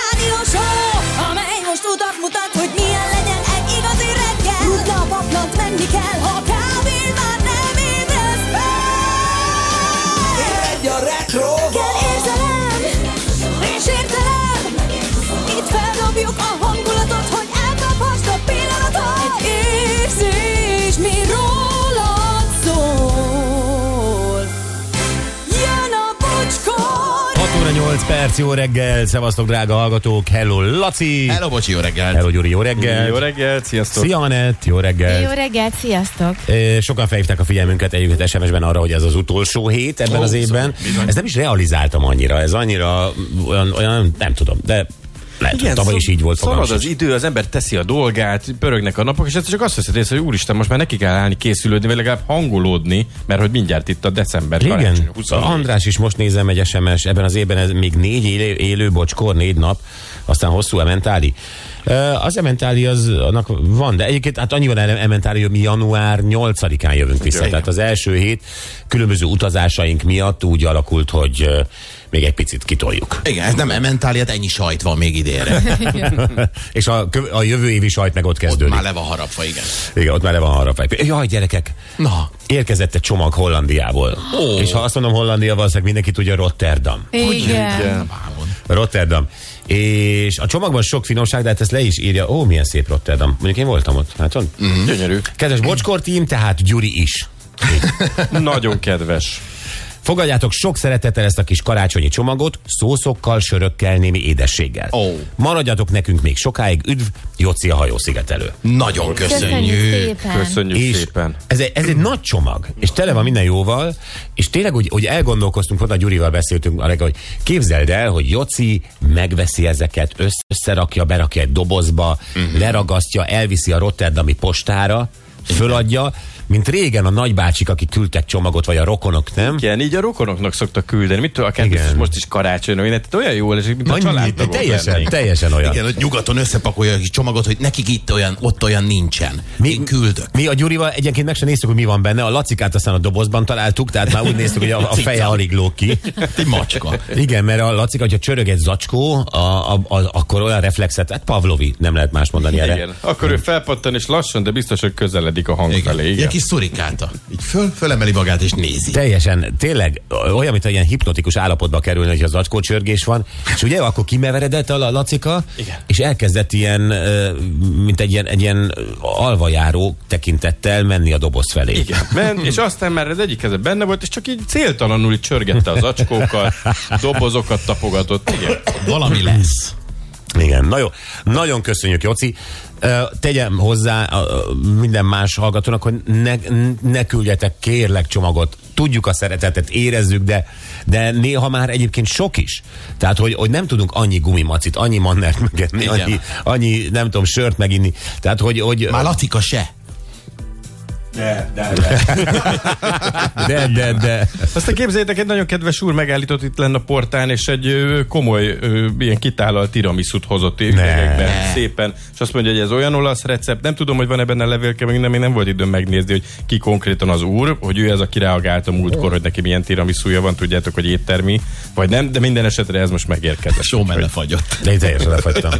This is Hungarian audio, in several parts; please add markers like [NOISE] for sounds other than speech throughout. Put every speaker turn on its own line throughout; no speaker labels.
rádió show, amely most utat mutat, hogy milyen legyen egy igazi reggel. Rutna a paplant, menni kell, ha kávén már nem ébresz fel.
Egy a retro
Kell érzelem, és értelem, itt feldobjuk a hangulatot, hogy elkaphast a pillanatot. Egy érzés, mi rólad szól. Jön a bocskor!
6 óra 8 perc, jó reggel, szevasztok drága hallgatók, hello Laci!
Hello, bocsi, jó reggelt!
hello Gyuri, jó reggel!
Jó reggelt, sziasztok!
Szia Anett, jó reggel!
Jó reggelt, sziasztok!
Ö, Sokan felhívták a figyelmünket egyébként SMS-ben arra, hogy ez az utolsó hét ebben
Ó,
az évben.
bizony, bizony.
Ezt nem is realizáltam annyira, ez annyira olyan, olyan nem tudom, de lehet, hogy tavaly is így volt. fogalmam
Szalad az
sincs.
idő, az ember teszi a dolgát, pörögnek a napok, és ez csak azt veszed észre, hogy úristen, most már neki kell állni, készülődni, vagy legalább hangolódni, mert hogy mindjárt itt a december karácsony,
Igen,
24.
András is most nézem egy SMS, ebben az évben ez még négy élő, élő bocskor, négy nap, aztán hosszú ementáli. Ö, Az ementáli az, annak van, de egyébként hát annyiban ele- ementáli, hogy mi január 8-án jövünk vissza, tehát az első hét különböző utazásaink miatt úgy alakult, hogy ö, még egy picit kitoljuk.
Igen, ez nem ementáli, hát ennyi sajt van még [LAUGHS] idénre.
[LAUGHS] És a, kö- a jövő év is sajt meg ott
Mhm. Ott
kezdődik.
már le van harapva, igen.
Igen, ott már le van harapva. Jaj, gyerekek!
Na.
Érkezett egy csomag Hollandiából.
Ó.
És ha azt mondom Hollandia, valószínűleg mindenki tudja Rotterdam.
Igen.
Rotterdam. És a csomagban sok finomság, de hát ezt le is írja. Ó, milyen szép Rotterdam. Mondjuk én voltam ott, látod?
Mhm.
Mm.
Mm-hmm. Gyönyörű.
Kedves Bocskor tím, tehát Gyuri is.
Nagyon
[LAUGHS]
kedves.
Fogadjátok sok szeretettel ezt a kis karácsonyi csomagot, szószokkal, sörökkel, némi édességgel.
Ó.
Maradjatok nekünk még sokáig, üdv, Joci a hajószigetelő.
Nagyon
Köszönjük
köszönjük.
szépen!
Köszönjük
És
szépen.
Ez egy, ez egy nagy csomag, és tele van minden jóval, és tényleg úgy, hogy elgondolkoztunk, hogy a Gyurival beszéltünk a reggel, hogy képzeld el, hogy Joci megveszi ezeket, össz- összerakja, berakja egy dobozba,
Mhm.
uh-huh. leragasztja, elviszi a Rotterdami postára, föladja, mint régen a nagybácsik, akik küldtek csomagot, vagy a rokonok, nem?
Igen, így a rokonoknak szoktak küldeni, mit tudom, akár
Igen.
biztos most is karácsonyra, mindent, tehát olyan jó lesz, mint a
Annyi-
családtagok
teljesen,
lennénk.
teljesen olyan.
Igen, hogy nyugaton összepakolja egy kis csomagot, hogy nekik itt olyan, ott olyan nincsen.
Mi-
Én küldök.
Mi a Gyurival egyébként meg sem néztük, hogy mi van benne. A lacikát aztán a dobozban találtuk, tehát már úgy néztük, hogy a, a feje alig lóg ki.
Hát Egy [LAUGHS] macska.
Igen, mert a Laci, hogyha csörög egy zacskó, a, a, a, akkor olyan reflexet, hát Pavlovi, nem lehet más mondani erre.
Igen. Akkor ő felpattan, és lassan, de biztos, hogy közeledik a hang
Igen.
felé.
Egy
Igen.
kis szurikáta. Így föl, fölemeli magát és nézi.
Teljesen, tényleg olyan, mint ilyen hipnotikus állapotba kerülni, hogyha zacskó csörgés van. És ugye akkor kimeveredett a la- Lacika,
Igen.
és elkezdett ilyen, ö, mint egy ilyen, egy ilyen alvajáró tekintettel menni a doboz felé.
Igen, ment, és aztán már az egyik keze benne volt, és csak így céltalanul így csörgette az acskókat, dobozokat tapogatott. Igen.
Valami lesz.
Igen, na jó. Nagyon köszönjük, Joci. Ö, Tegyem hozzá ö, minden más hallgatónak, hogy ne, ne küldjetek kérlek csomagot. Tudjuk a szeretetet, érezzük, de, de néha már egyébként sok is. Tehát, hogy, hogy nem tudunk annyi gumimacit, annyi mannert megenni,
Igen.
annyi, annyi, nem tudom, sört meginni. Tehát, hogy, hogy
Már Latika se.
de, de, de.
Aztán képzeljétek, egy nagyon kedves úr megállított itt lenne a portán, és egy ö, komoly, ö, ilyen kitálalt tiramisút hozott üvegekben szépen, és azt mondja, hogy ez olyan olasz recept, nem tudom, hogy van-e benne levélke, meg nem, én nem volt időm megnézni, hogy ki konkrétan az úr, hogy ő ez, aki reagált a múltkor, hogy neki milyen tiramisúja van, tudjátok, hogy éttermi, vagy nem, de minden esetre ez most megérkezett.
Só mellé fagyott.
De én teljesen lefagytam.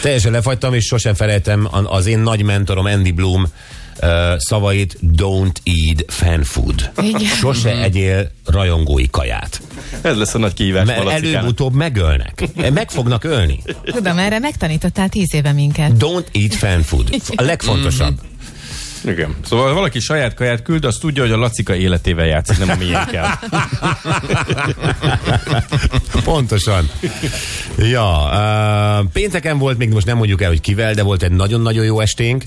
teljesen lefagytam, és sosem felejtem an- az én nagy mentorom Andy Bloom ö, szavait Don't eat fan food.
Igen.
Sose
Mhm.
egyél rajongói kaját.
Ez lesz a nagy kihívás.
Mert
Malacikának.
előbb-utóbb megölnek. Meg fognak ölni.
Tudom, erre megtanítottál tíz éve minket.
Don't eat fan food. A
Mhm.
legfontosabb.
Igen. Szóval ha valaki saját kaját küld, az tudja, hogy a Lacika életével játszik, nem a miénkkel.
[LAUGHS]
Pontosan. Ja, ö, pénteken volt, még most nem mondjuk el, hogy kivel, de volt egy nagyon-nagyon jó esténk.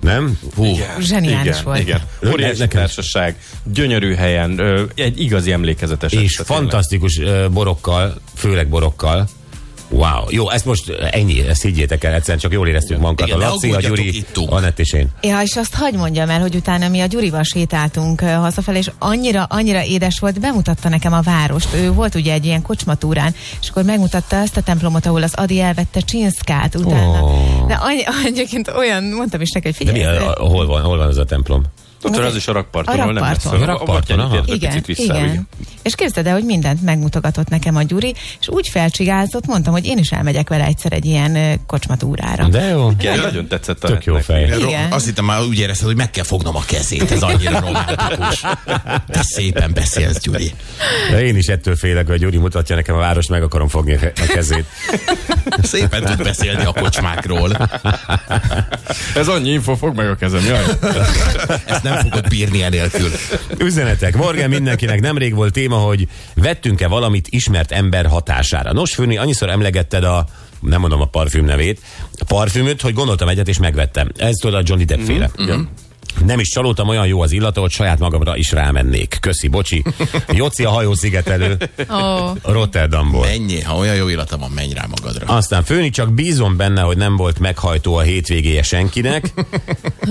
Nem? Hú.
Zseniális
igen,
volt.
Igen.
Örnek
Óriási
nekem is.
társaság, gyönyörű helyen, ö, egy igazi emlékezetes.
És
este tényleg.
fantasztikus ö, borokkal, főleg borokkal. Wow. Jó, ezt most ennyi, ezt higgyétek el, egyszerűen csak jól éreztünk magunkat.
Igen,
a
ne
Laci, a
aggódjatok,
Gyuri,
ittunk.
Anett és én.
Ja, és azt hagyd mondjam el, hogy utána mi a Gyurival sétáltunk ö, hazafelé, és annyira, annyira édes volt, bemutatta nekem a várost. Ő volt ugye egy ilyen kocsmatúrán, és akkor megmutatta ezt a templomot, ahol az Adi elvette csinszkát utána.
Ó.
[LAUGHS] De any, egyébként olyan, mondtam is neki, hogy
De mi,
figyelj,
a- a- hol van, hol van ez a templom?
Tudod, az is a rakparton, ahol nem messze.
rakparton.
A rakparton,
A
aha.
Batyányi térre
Igen,
picit vissza, ugye.
igen. És képzeld el, hogy mindent megmutogatott nekem a Gyuri, és úgy felcsigázott, mondtam, hogy én is elmegyek vele egyszer egy ilyen ö, kocsmatúrára.
De jó.
Igen, nagyon tetszett a
Tök jó
netnek.
fej.
Igen.
Azt hittem már úgy érezted, hogy meg kell fognom a kezét. Ez annyira romantikus. Te szépen beszélsz, Gyuri.
De én is ettől félek, hogy Gyuri mutatja nekem a város, meg akarom fogni a kezét.
Szépen tud beszélni a kocsmákról.
Ez annyi info, fog meg a kezem,
[LAUGHS]
jaj.
Ezt nem fogod bírni enélkül.
Üzenetek. Morgan mindenkinek nemrég volt téma, hogy vettünk-e valamit ismert ember hatására. Nos, Főni, annyiszor emlegetted a nem mondom a parfüm nevét, a parfümöt, hogy gondoltam egyet, és megvettem. Ez tudod a Johnny Depp féle. Mm-hmm. Nem is csalódtam, olyan jó az illata, hogy saját magamra is rámennék. Köszi, bocsi. Joci a hajószigetelő
Ó,
Rotterdamból.
Ennyi, ha olyan jó illata van, menj rá magadra.
Aztán főni csak bízom benne, hogy nem volt meghajtó a hétvégéje senkinek.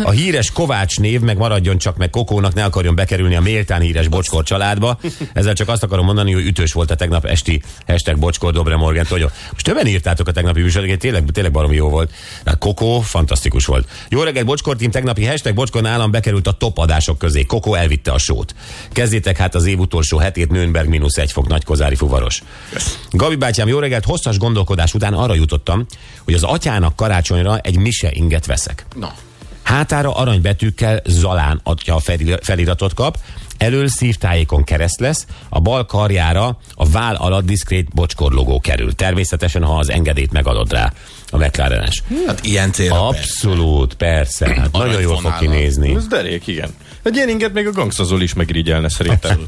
A híres Kovács név meg maradjon csak meg Kokónak, ne akarjon bekerülni a méltán híres Bocskor családba. Ezzel csak azt akarom mondani, hogy ütős volt a tegnap esti hashtag Bocskor Dobre Morgan Togyó. Most többen írtátok a tegnapi műsorokat, tényleg, tényleg baromi jó volt. De Kokó fantasztikus volt. Jó reggelt Bocskor team, tegnapi hashtag Bocskor nálam bekerült a top adások közé. Kokó elvitte a sót. Kezdjétek hát az év utolsó hetét Nürnberg mínusz egy fok nagykozári fuvaros. Gabi bátyám, jó reggelt! Hosszas gondolkodás után arra jutottam, hogy az atyának karácsonyra egy mise inget veszek.
Na,
Hátára aranybetűkkel Zalán atya felira- feliratot kap, elől szívtájékon kereszt lesz, a bal karjára a váll alatt diszkrét bocskor logó kerül. Természetesen, ha az engedélyt megadod rá a McLarenes.
hát ilyen célra persze. Hm.
Abszolút, persze. Hát nagyon jól fog
Aranyfonállal.
kinézni.
Ez derék, igen. Egy ilyen inget még a gangszazol is megrigyelne szerintem.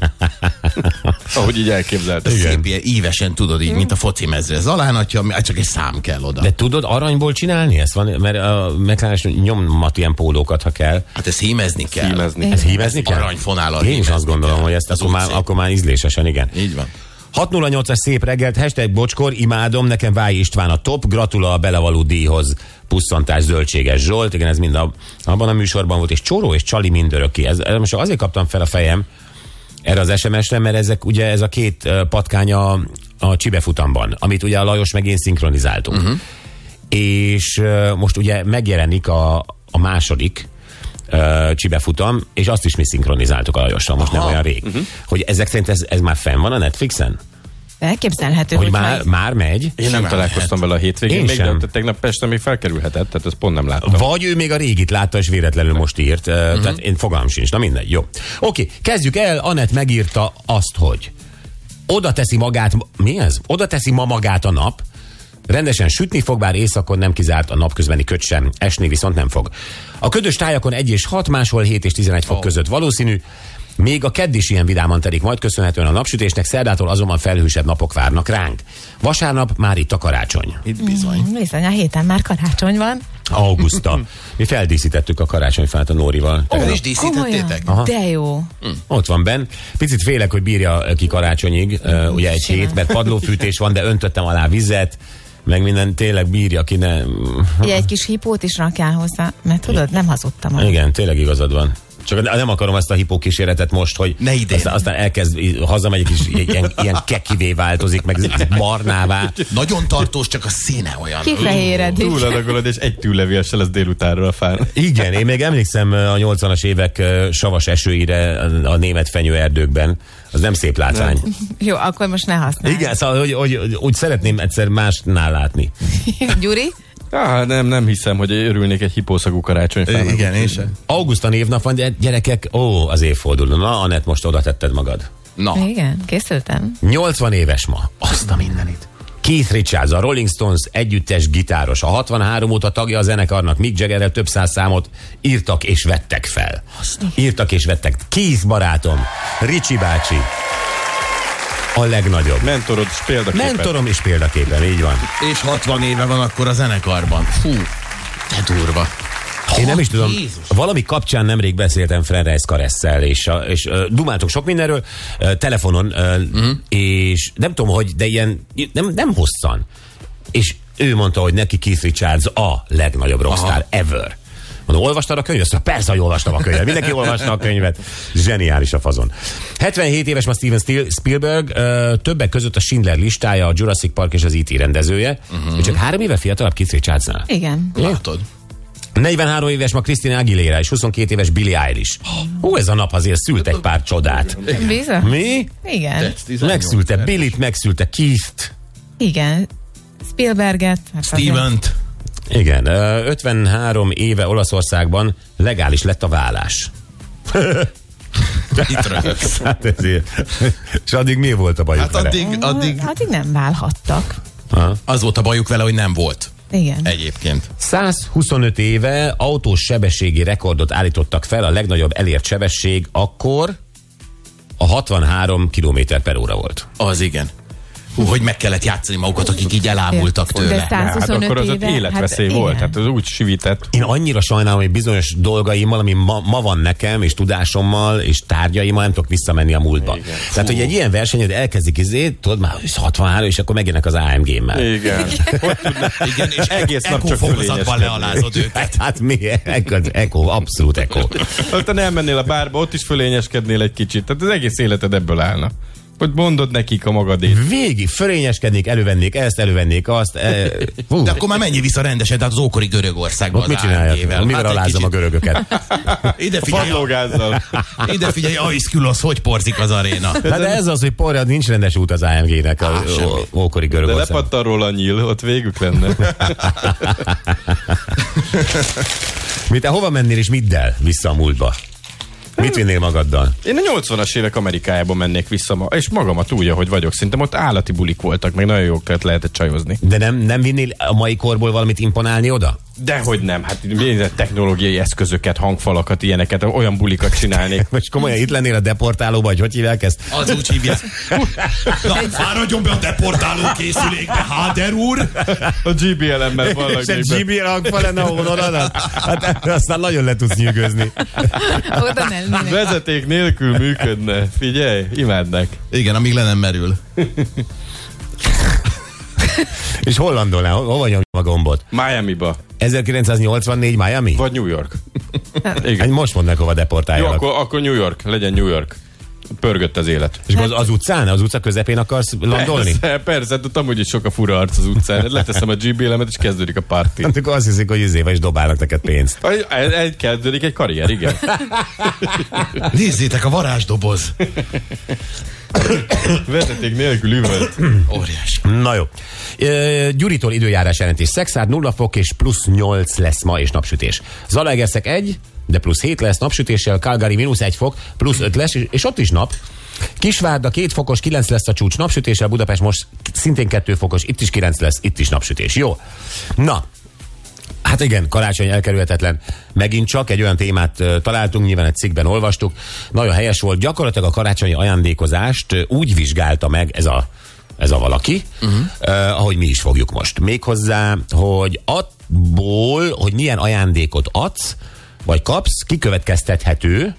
[LAUGHS] Ahogy így elképzeltem.
Szép, ilyen ívesen tudod így, mint a foci mezre. Zalán atya, mi- hát csak egy szám kell oda.
De tudod aranyból csinálni ezt? Van, mert a McLarenes nyomat ilyen pólókat, ha kell.
Hát ezt hímezni kell.
Hímezni.
Ez hímezni kell?
Aranyfonállal
Én is
hímezni
azt gondolom,
kell.
hogy ezt
Az
akkor már,
utcai.
akkor már ízlésesen, igen.
Így van.
608-as szép reggelt, hashtag bocskor, imádom, nekem Váj István a top, gratula a belevaló díjhoz, pusszantás zöldséges Zsolt, igen, ez mind a, abban a műsorban volt, és Csoró és Csali mindörökké. Ez, ez most azért kaptam fel a fejem erre az SMS-re, mert ezek, ugye ez a két ö, patkány a, a csibefutamban, amit ugye a Lajos meg én szinkronizáltunk. Uh-huh. És ö, most ugye megjelenik a, a második, ö, csibefutam, és azt is mi szinkronizáltuk a Lajossal, most Aha. nem olyan rég. Uh-huh. Hogy ezek szerint ez, ez már fenn van a Netflixen?
elképzelhető,
Hogy
hogy
már,
majd-
már megy?
Én nem
Simán
találkoztam vele a hétvégén,
Én
még
sem.
de te- tegnap Pesten még felkerülhetett, tehát ezt pont nem láttam.
Vagy ő még a régit látta, és véletlenül most írt. Uh-huh. Tehát én fogalmam sincs. Na mindegy, jó. Oké, kezdjük el. Anett megírta azt, hogy oda teszi magát, mi ez? Oda teszi ma magát a nap, Rendesen sütni fog, bár éjszakon nem kizárt a napközbeni köt sem, esni viszont nem fog. A ködös tájakon 1 és 6, máshol 7 és 11 fok között valószínű, még a kedd is ilyen vidáman telik majd köszönhetően a napsütésnek, szerdától azonban felhősebb napok várnak ránk. Vasárnap már itt a karácsony.
Itt bizony.
Mm, Bizony, a héten már karácsony van.
Auguszta. Mi feldíszítettük a karácsonyfát a Nórival.
El is díszítettétek?
Komolyan? De jó.
Ott van benn. Picit félek, hogy bírja ki karácsonyig, ö, ugye egy
Simán.
hét, mert padlófűtés van, de öntöttem alá vizet, meg minden tényleg bírja ki, ne...
Ugye egy kis hipót is rakjál hozzá, mert tudod, nem hazudtam. a-
Igen, tényleg igazad van. Csak nem akarom ezt a hipó kísérletet most, hogy
Ne idén.
Aztán, aztán elkezd, í- hazamegyek, és ilyen, ilyen kekivé változik, meg barnává.
Nagyon tartós, csak a színe olyan.
Kifehéredik.
Túladagolod, és egy tűlevél se lesz délutánra a fán.
Igen, én még emlékszem ö, a 80-as évek ö, savas esőire a- a német fenyőerdőkben. Az nem szép látvány.
Jó, akkor most ne használj.
Igen, szóval hogy, hogy, hogy, úgy szeretném egyszer másnál látni.
[LAUGHS] Gyuri?
Ah, nem, nem hiszem, hogy örülnék egy hipószagú karácsonyfának.
Igen, és?
Augusztan évnap van, de gyerekek, ó, az évforduló. Na, Anett, most oda tetted magad.
Na,
Igen, készültem.
80 éves ma. Azt a mindenit. Keith Richards, a Rolling Stones együttes gitáros. A 63 óta tagja a zenekarnak, Mick Jaggerrel több száz számot írtak és vettek fel. Írtak és vettek. Keith barátom, Ricsi bácsi, a legnagyobb.
Mentorod és példaképpen.
Mentorom és példaképen, így van.
és 60 éve van akkor a zenekarban. Fú, te durva.
Én nem is
Ha,
tudom,
Jézus.
valami kapcsán nemrég beszéltem Frenreis Karesszel, és, a- és uh, dumáltunk sok mindenről, uh, telefonon, uh, mm. és nem tudom, hogy, de ilyen, nem, nem hosszan. És ő mondta, hogy neki Keith Richards a legnagyobb rockstar Aha. ever. Mondom, olvastad a könyvet? Szóval persze, hogy olvastam a könyvet. Mindenki olvasta a könyvet. Zseniális a fazon. 77 éves ma Steven Stil- Spielberg, ö, többek között a Schindler listája, a E Jurassic Park és az E.T. rendezője. Uh-huh. Csak három éve fiatalabb Keith Richardsnál.
Igen.
Látod?
43 éves ma Krisztina Aguilera és 22 éves Billie Eilish. Ó, ez a nap azért szült egy pár csodát.
Bizony?
Mi?
Igen.
Megszülte Billit, megszülte Keith-t.
Igen. Spielberget. hát azért-
Steven-t.
Igen, ö, 53 éve Olaszországban legális lett a vállás.
Itt röhögsz.
Hát ezért. És addig mi volt a bajuk
Hát
vele?
addig, addig
Addig nem válhattak.
az volt a bajuk vele, hogy nem volt.
Igen.
Egyébként.
125 éve autós sebességi rekordot állítottak fel, a legnagyobb elért sebesség akkor a 63 km per óra volt.
Az igen. Hú, hogy meg kellett játszani magukat, akik így elámultak
De
tőle.
125
Hát akkor az
éve,
ott életveszély
hát,
volt,
igen.
hát az úgy sivített.
Én annyira sajnálom, hogy bizonyos dolgaimmal, ami ma, ma van nekem, és tudásommal, és tárgyaimmal nem tudok visszamenni a múltba. Igen. Tehát, hogy egy ilyen versenyed elkezdik izé, tudod már, hogy 63, és akkor megjönnek az AMG-mmel.
Igen. Hogy tudna?
Igen, és
Egész nap csak
fölényeskedni.
fölényeskedni.
lealázod őket.
Hát, hát mi? Eko, eko, abszolút eko.
[LAUGHS] Aztán elmennél a bárba, ott is fölényeskednél egy kicsit. Tehát az egész életed ebből állna. Hogy mondod nekik a magadét.
Végig fölényeskednék, elővennék ezt, elővennék azt. E, hú,
De akkor már menj vissza rendesen, tehát az ókori Görögországba
ott mit
az AMG-vel.
csinálják? Mivel
Hát egy
alázom a
kicsit- [LAUGHS]
görögöket?
Ide figyelj,
Padlógázzal. [LAUGHS]
ide figyelj, Aiszkülosz, hogy porzik az aréna.
Na de ez az, hogy porra, nincs rendes út az AMG-nek a
Á, semmi.
ó- ókori
De
görögország.
lepattan róla a nyíl, ott végük lenne.
Mi te hova mennél és middel vissza a múltba? Mit vinnél magaddal?
[LAUGHS] Én a 80-as évek Amerikájába mennék vissza, ma, és magamat úgy, ahogy vagyok. Szerintem ott állati bulik voltak, meg nagyon jókat lehetett csajozni.
De nem, nem vinnél a mai korból valamit imponálni oda?
Dehogy nem, hát milyen technológiai eszközöket, hangfalakat, ilyeneket, olyan bulikat csinálnék.
Most komolyan itt lennél a deportálóban, hogy hogy hívják ezt?
Az úgy hívják. Na, fáradjon be a deportáló készülékbe, Háder úr!
A GBLM-ben
És egy
valaki.
GBL hangfa lenne a honoradat? Hát aztán nagyon le tudsz nyűgözni.
Oda nem, nem.
[LAUGHS] Vezeték nélkül működne. Figyelj, imádnak.
Igen, amíg le nem merül.
És hollandon le, hova nyomjam a gombot?
Miami-ba,
1984 Miami?
vagy New York.
Hát
Igen.
most mondd meg, hova
Jó,
deportáljanak.
akkor, akkor New York, legyen New York. Pörgött az élet.
És akkor az, az utcán, az utca közepén akarsz landolni?
Persze, [LAUGHS] persze, de amúgy is sok a fura arc az utcán. Hát Leteszem a GBL-emet, és kezdődik a [LAUGHS] parti.
Hát akkor azt hiszik, hogy izével is dobálnak neked pénzt.
Egy- Egy kezdődik egy karrier, [LAUGHS] igen.
Nézzétek, a varázsdoboz.
Vezeték nélkül üvölt.
Óriás.
Na jó. Ö, Gyuritól időjárás jelentés. Szexárd 0 fok és plusz 8 lesz ma és napsütés. Zalaegerszeg 1, de plusz 7 lesz napsütéssel, Calgary mínusz 1 fok, plusz 5 lesz, és- és ott is nap. Kisvárda 2 fokos, 9 lesz a csúcs napsütéssel, Budapest most szintén 2 fokos, itt is 9 lesz, itt is napsütés. Jó. Na, Hát igen, karácsony elkerülhetetlen. Megint csak egy olyan témát ö, találtunk, nyilván egy cikkben olvastuk. Nagyon helyes volt. Gyakorlatilag a karácsonyi ajándékozást ö, úgy vizsgálta meg ez a, ez a valaki, uh-huh. eh, ahogy mi is fogjuk most. Méghozzá, hogy abból, hogy milyen ajándékot adsz, vagy kapsz, kikövetkeztethető,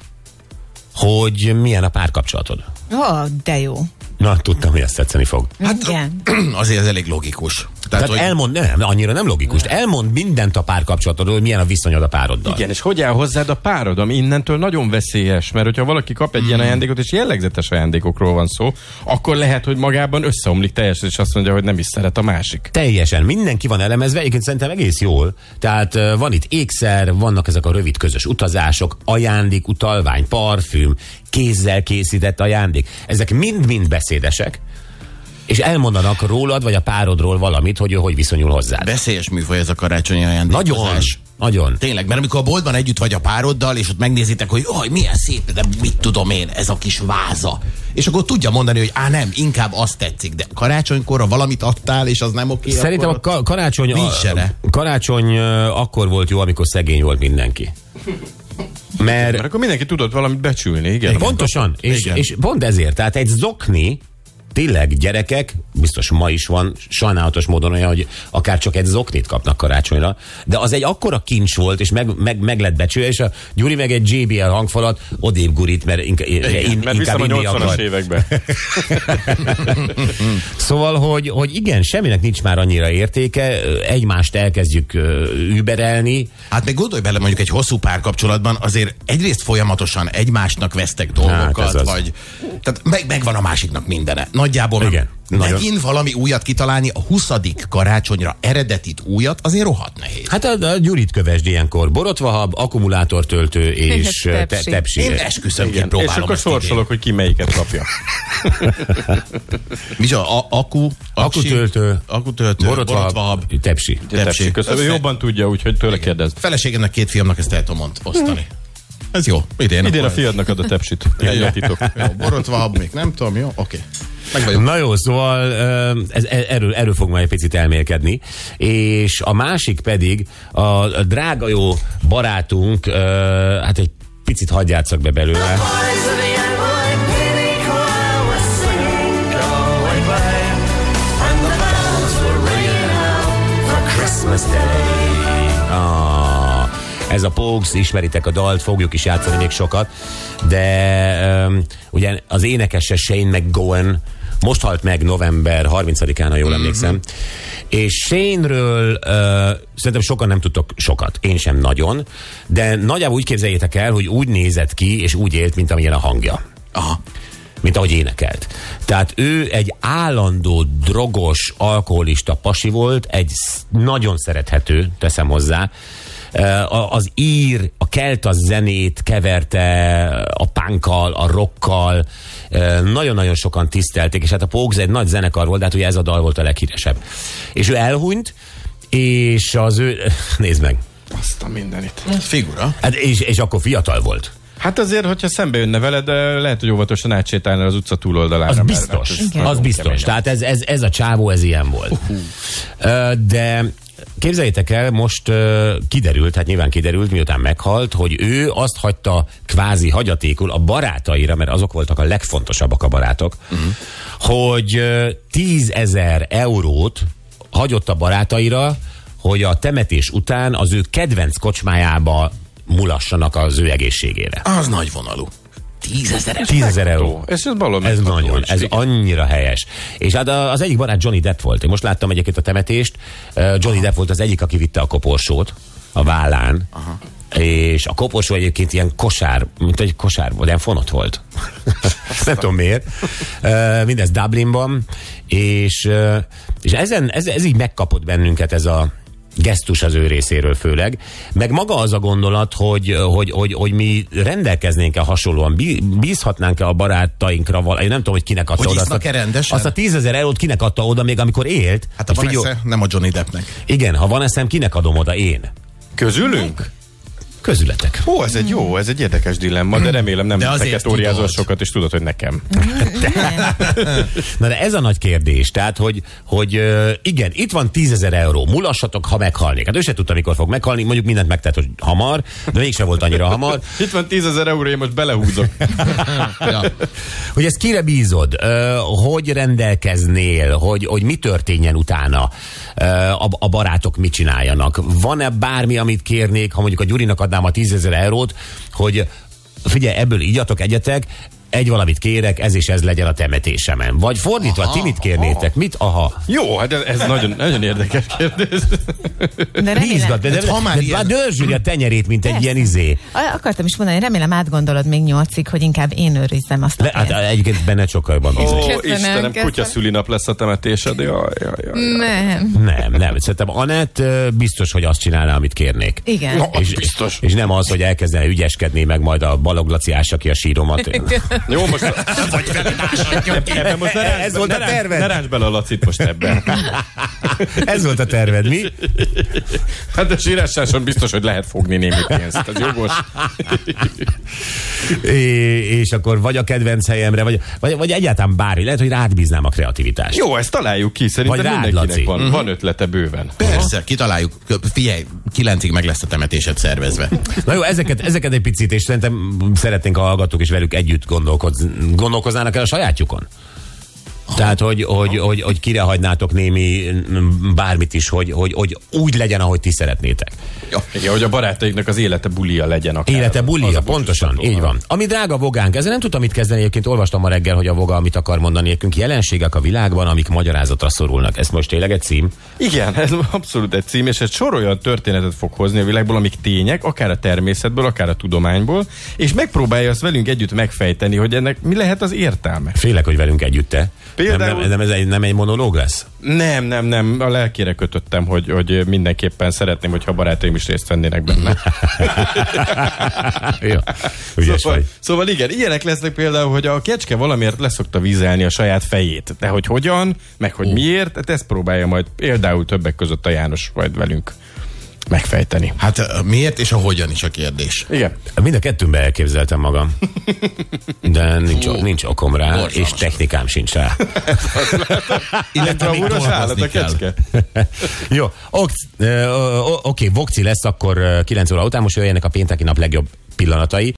hogy milyen a párkapcsolatod.
Ó, de jó.
Na, tudtam, hogy ezt tetszeni fog.
Hát
Igen.
[CLEARS THROAT] azért ez elég logikus.
Tehát, Tehát elmond, nem, annyira nem logikus. Elmond mindent a párkapcsolatodról, hogy milyen a viszonyod a pároddal.
Igen, és hogy áll hozzád a párod, ami innentől nagyon veszélyes, mert hogyha valaki kap egy ilyen
Hmm.
ajándékot, és jellegzetes ajándékokról van szó, akkor lehet, hogy magában összeomlik teljesen, és azt mondja, hogy nem is szeret a másik.
Teljesen, mindenki van elemezve, egyébként szerintem egész jól. Tehát ö, van itt ékszer, vannak ezek a rövid közös utazások, ajándék, utalvány, parfüm, kézzel készített ajándék. Ezek mind-mind beszédesek, és elmondanak rólad vagy a párodról valamit, hogy ő hogy viszonyul hozzád.
Beszélyes műfaj ez a karácsonyi ajándékozás.
Nagyon, nagyon.
Tényleg, mert amikor a boltban együtt vagy a pároddal, és ott megnézitek, hogy jaj, milyen szép, de mit tudom én, ez a kis váza. És akkor tudja mondani, hogy á nem, inkább azt tetszik, de karácsonykorra valamit adtál, és az nem oké.
Szerintem a
akkor...
ka- karácsony, a,
Nincs sere.
karácsony ö, akkor volt jó, amikor szegény volt mindenki. Mert
Mert akkor mindenki tudott valamit becsülni, igen.
Pontosan, és,
Igen.
és pont ezért, tehát egy zokni, tényleg gyerekek, biztos ma is van, sajnálatos módon olyan, hogy akár csak egy zoknit kapnak karácsonyra, de az egy akkora kincs volt, és meg, meg, meg lett becsülve, és a Gyuri meg egy JBL hangfalat odébb gurít, mert inkább, in,
Mert
inkább
vissza a
inni
80-as
akar. [LAUGHS]
évekbe.
Szóval, hogy, hogy igen, semminek nincs már annyira értéke, ö, egymást elkezdjük ö, überelni,
Hát még gondolj bele, mondjuk egy hosszú párkapcsolatban azért egyrészt folyamatosan egymásnak vesztek dolgokat,
Hát ez az.
vagy... Tehát meg, megvan a másiknak mindene. nagyjából már-
Igen. Nagyon.
Megint valami újat kitalálni a 20. karácsonyra eredetit újat, azért rohadt nehéz.
Hát a, a Gyurit kövesd ilyenkor. Borotvahab, akkumulátortöltő és te,
Tepsi.
tepsi.
Én esküszöm, ki
Igen. És
próbálom.
akkor
ezt idén.
sorsolok, hogy ki melyiket kapja.
Micsoda, a- aku, aksi,
Akutöltő,
akutöltő, borotvahab,
borotvahab, tepsi.
tepsi.
Tepsi, köszönöm. Ő
Össze-
jobban tudja, úgyhogy tőle kérdezd.
Feleségemnek két fiamnak ezt el tudom mond- osztani. Ez jó. Idén,
Idén a
akkor-
fiadnak ad a
[LAUGHS]
tepsit. Egy
jó.
a titok.
Jó, borotvább még nem tudom, jó? Oké. Meg vagyok.
Na jó, szóval ö, ez, e- erről, erről fog majd egy picit elmélkedni. És a másik pedig a, a drága jó barátunk, ö, hát egy picit hagyjátszak be belőle. Ah, ez a Pogues, ismeritek a dalt, fogjuk is játszani még sokat, de um, ugye az énekese Shane McGowan most halt meg november 30-án, ha jól emlékszem, és Shane-ről uh, szerintem sokan nem tudtok sokat, én sem nagyon, de nagyjából úgy képzeljétek el, hogy úgy nézett ki, és úgy élt, mint amilyen a hangja. Aha mint ahogy énekelt. Tehát ő egy állandó drogos, alkoholista pasi volt, egy sz- nagyon szerethető, teszem hozzá. E, a- Az ír, a kelta zenét keverte a pánkkal, a rockkal, E, nagyon-nagyon sokan tisztelték, és hát a Pogues egy nagy zenekar volt, de hát ugye ez a dal volt a leghíresebb. És ő elhunyt, és az ő... [LAUGHS] Nézd meg!
Azt a mindenit. Figura.
Hát és, és akkor fiatal volt.
Hát azért, hogyha szembe jönne veled, eh, lehet, hogy óvatosan átsétálnál az utca túloldalára.
Az
mert-
biztos.
hát ez
Az
nagyon
biztos.
kemény.
Tehát ez, ez, ez a csávó, ez ilyen volt. Ö, De képzeljétek el, most ö, kiderült, hát nyilván kiderült, miután meghalt, hogy ő azt hagyta kvázi hagyatékul a barátaira, mert azok voltak a legfontosabbak a barátok,
Mhm.
hogy 10 ezer eurót hagyott a barátaira, hogy a temetés után az ő kedvenc kocsmájába mulassanak az ő egészségére.
Az nagyvonalú. Tízezeres.
10 ezer euró.
Ó, És ez valami.
Ez nagyon, ez annyira helyes. És hát a- az egyik barát Johnny Depp volt. Én most láttam egyébként a temetést. Ö, Johnny Depp volt az egyik, aki vitte a koporsót a vállán. Aha. És a koporsó egyébként ilyen kosár, mint egy kosár volt, ilyen fonott volt. Nem tudom miért. Ö, Mindez Dublinban. És, ö, és ezen, ez, ez így megkapott bennünket ez a gesztus az ő részéről főleg, meg maga az a gondolat, hogy, hogy, hogy, hogy mi rendelkeznénk-e hasonlóan, bí- bízhatnánk-e a barátainkra, val- én nem tudom, hogy kinek adta
Hogy
oda. azt a-
isznak-e rendesen?
Azt a tízezer eurót kinek adta oda még, amikor élt?
Hát a
Hogy
van
figyel-
esze, nem a Johnny Deppnek.
Igen, ha van eszem, kinek adom oda én?
Közülünk?
Közületek.
[LAUGHS]
Ó, ez egy jó, ez egy érdekes dilemma, de remélem nem
De azért
neked óriázol
tudod.
sokat, és tudod, hogy nekem.
Na de ez a nagy kérdés, tehát hogy, hogy ö, igen, itt van tízezer euró, mulassatok, ha meghalnék. Hát ő se tudta, mikor fog meghalni, mondjuk mindent megtett, hogy hamar, de mégsem volt annyira hamar.
Itt van 10 ezer euró, én most belehúzok.
Ja.
Hogy ezt kire bízod? Ö, Hogy rendelkeznél? Hogy, hogy mi történjen utána? Ö, A, a barátok mit csináljanak? Van-e bármi, amit kérnék, ha mondjuk a Gyurinak adnám a 10 ezer eurót, hogy figyelj, ebből igyatok, egyetek, egy valamit kérek, ez és ez legyen a temetésemen. Vagy fordítva, aha, ti mit kérnétek? Aha. Mit? Aha.
Jó, hát ez, ez nagyon, nagyon érdekes kérdés.
De remélem,
Bízgat, de, de, de,
ha már
de, de, de
ilyen-
dörzsüli a tenyerét, mint egy
Persze.
ilyen izé.
A- akartam is mondani, remélem átgondolod még nyolcig, hogy inkább én őrizzem azt
Le,
a
hát
pénzt.
egyébként benne sokkal jobban
Ó,
bízom.
Köszönöm,
Istenem,
köszönöm.
kutyaszülinap lesz a temetésed. Jaj, jaj, jaj.
Nem.
Nem, nem. Szerintem Anett ö, biztos, hogy azt csinálná, amit kérnék.
Igen.
Na, az biztos.
És nem az, hogy elkezdene ügyeskedni, meg majd a baloglaci ássa ki a [LAUGHS] síromat.
Jó, most... Vagy Ebben most ne ráncs
Hát, Ez
be-
volt a
ne ráncs-
terved?
Ne ráncs bele a Lacit most ebben.
Ez volt a terved, mi?
Hát de sírásáson biztos, hogy lehet fogni némi pénzt. Ez jogos.
[LAUGHS] É, és akkor vagy a kedvenc helyemre, vagy, vagy, vagy egyáltalán bármi. Lehet, hogy rád bíznám a kreativitást.
Jó, ezt találjuk ki. Szerintem
Vagy rád, Laci. Mhm.
mindenkinek van, van ötlete bőven.
Persze, kitaláljuk. Kö- Figyelj, kilencig meg lesz a temetésed szervezve.
Na jó, ezeket, ezeket egy picit, és szerintem szeretnénk, ha hallgatók és velük együtt gondolkoz, gondolkoznának el a sajátjukon. Tehát, hogy, hogy, hogy, hogy kire hagynátok némi mm, bármit is, hogy, hogy, hogy úgy legyen, ahogy ti szeretnétek.
Jó. Igen, hogy a barátaiknak az élete bulia legyen akár.
Élete bulia,
Az a
pontosan,
búcsúztató.
így van. Ami drága vogánk, ezzel nem tudtam mit kezdeni, egyébként olvastam ma reggel, hogy a voga mit akar mondani nekünk, jelenségek a világban, amik magyarázatra szorulnak. Ez most tényleg egy cím?
Igen, ez abszolút egy cím, és egy sor olyan történetet fog hozni a világból, amik tények, akár a természetből, akár a tudományból, és megpróbálja azt velünk együtt megfejteni, hogy ennek mi lehet az értelme.
Félek, hogy velünk együtt te. Nem,
Például-
nem, nem, ez egy, nem egy monológ lesz?
Nem, nem, nem, a lelkére kötöttem, hogy, hogy mindenképpen szeretném, hogyha barátaim is részt
[LAUGHS]
vennének benne.
Jó. Ügyes
szóval,
vagy.
szóval igen, ilyenek lesznek például, hogy a kecske valamiért leszokta vízelni a saját fejét. De hogy hogyan, meg hogy miért, hát ezt próbálja majd például többek között a János majd velünk megfejteni.
Hát ö, miért és a hogyan is a kérdés.
Igen.
Mind a kettőmbe elképzeltem magam. De nincs,
Ó,
nincs okom rá,
borzalmas.
és technikám sincs rá. [LAUGHS]
Illetve még
Bravúros állat
dolgozni
a
kell.
kecske.
Jó, ok, ö, ö, oké, Vokci lesz akkor ö, 9 óra után, most jöjjenek a pénteki nap legjobb pillanatai.